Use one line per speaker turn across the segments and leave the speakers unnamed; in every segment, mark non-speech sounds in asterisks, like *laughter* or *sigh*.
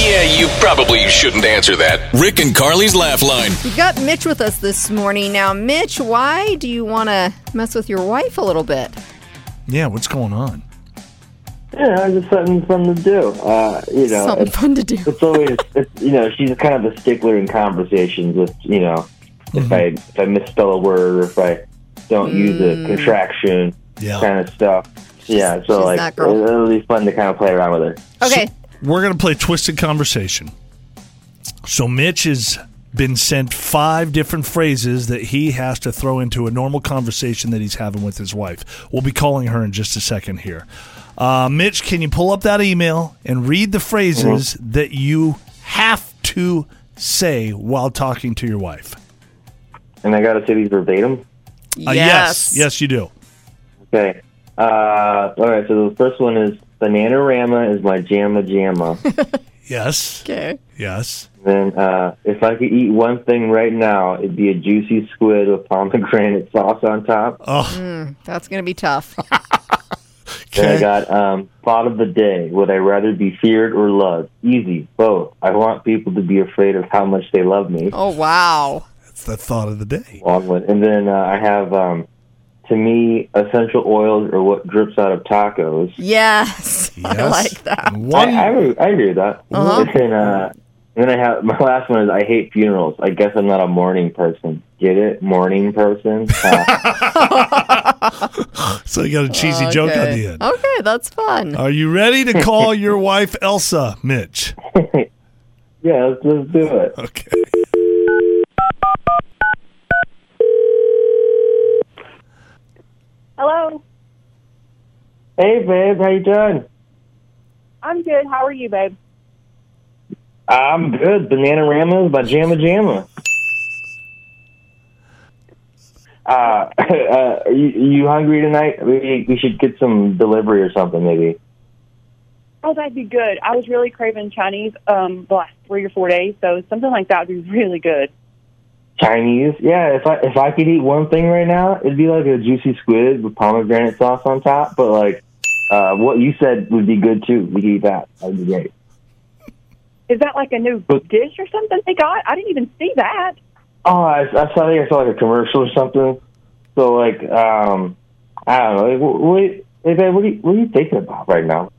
Yeah, you probably shouldn't answer that.
Rick and Carly's laugh line.
We've got Mitch with us this morning. Now, Mitch, why do you want to mess with your wife a little bit?
Yeah, what's going on?
Yeah, it was just something fun to do. Uh, you know,
Something
it's,
fun to do.
it's always it's, you know she's kind of a stickler in conversations. With you know, if I if I misspell a word or if I don't use a contraction,
Yeah.
kind of stuff. Yeah, so
Mm. she's
like
that
it,
girl. Oh.
it'll be fun to kind of play around with her.
Okay.
We're going to play Twisted Conversation. So, Mitch has been sent five different phrases that he has to throw into a normal conversation that he's having with his wife. We'll be calling her in just a second here. Uh, Mitch, can you pull up that email and read the phrases that you have to say while talking to your wife?
And I got to say these verbatim.
Uh, yes. Yes, you do.
Okay. Uh, all right. So the first one is Bananarama is my jamma
*laughs*
jamma.
Yes.
Okay.
Yes.
then uh, if I could eat one thing right now, it'd be a juicy squid with pomegranate sauce on top.
Mm. That's going to be tough.
Then I
Oh, Okay.
got um, thought of the day. Would I rather be feared or loved? Easy, both. I want people to be afraid of how much they love me.
Oh, wow.
That's the thought of the day.
Long one. And then uh, I have, um, to me, essential oils are what drips out of tacos.
Yes. *laughs* I
Yes.
like that.
One.
I, I, I hear that. And then, uh, and then I have *laughs* my last one is I hate funerals. I guess I'm not a morning person. Get it? Morning person. Huh.
so you got a cheesy
Oh, okay.
joke on the end. Uh,
Okay, that's fun.
Are you ready to
*laughs*
call your wife Elsa, Mitch?
yeah, let's, let's do it.
Okay.
Hello.
Hey, babe, how you doing?
I'm good. How are you, babe?
I'm good. Banana Ramas by Jamma Jamma. Uh, *laughs* uh, are you, you hungry tonight? We, we should get some delivery or something, maybe.
Oh, that'd be good. I was really craving Chinese um, the last three or four days, so something like that would be really good.
Chinese? Yeah. If I if I could eat one thing right now, it'd be like a juicy squid with pomegranate sauce on top. But like, uh, what you said would be good too. We could eat that. That'd be great.
Is that like a new dish or something they got? I didn't even see that.
Oh, I, I saw. I think I saw like a commercial or something. So like, um, I don't know. Like, wh- what, hey, babe, what, are you, what are you thinking about right now?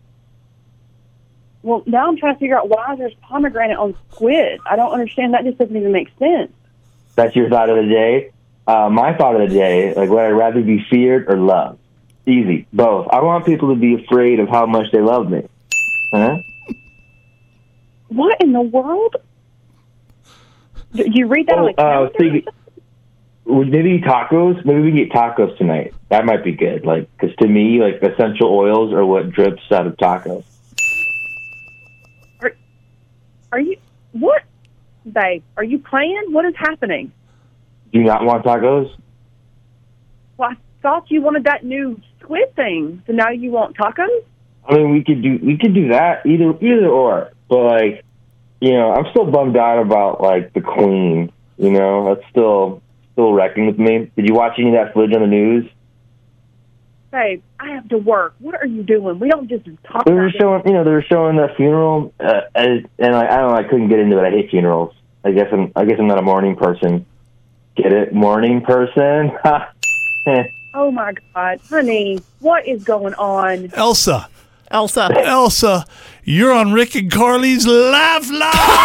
Well, now I'm trying to figure out why there's pomegranate on squid. I don't understand. That just doesn't even make sense.
That's your thought of the day. Uh, my thought of the day, like, would I rather be feared or loved? Easy, both. I want people to be afraid of how much they love me. Huh?
What in the world? Do you read that on
Oh,
the calendar?
uh, see, well, maybe tacos. Maybe we can get tacos tonight. That might be good. Like, because to me, like essential oils are what drips out of tacos.
are you what, babe? Are you playing? What is happening?
Do you not want tacos?
Well, I thought you wanted that new squid thing, so now you want tacos.
I mean, we could do we could do that either either or. But like, you know, I'm still bummed out about like the Queen. You know, that's still still wrecking with me. Did you watch any of that footage on the news?
Babe, I have to work. What are you doing? We don't just talk
They
about
were
it.
showing, you know, they were showing that funeral, uh, and, and I, I don't know, I couldn't get into it. I hate funerals. I guess I'm, I guess I'm not a morning person. Get it, morning person. *laughs*
Oh my God, honey, what is going on?
Elsa,
Elsa.
Elsa, you're on Rick and Carly's laugh line.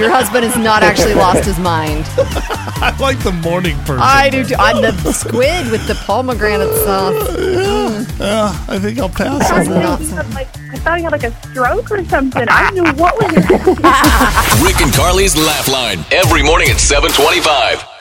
Your husband has not actually lost his mind.
*laughs* I like the morning person.
I do. Too. I'm the squid with the pomegranate sauce.
Uh, I think I'll pass
I
on
thought,
that.
he had like, I thought he had like a stroke or something. I knew what was happening.
Rick and Carly's laugh line.
Every morning at 725.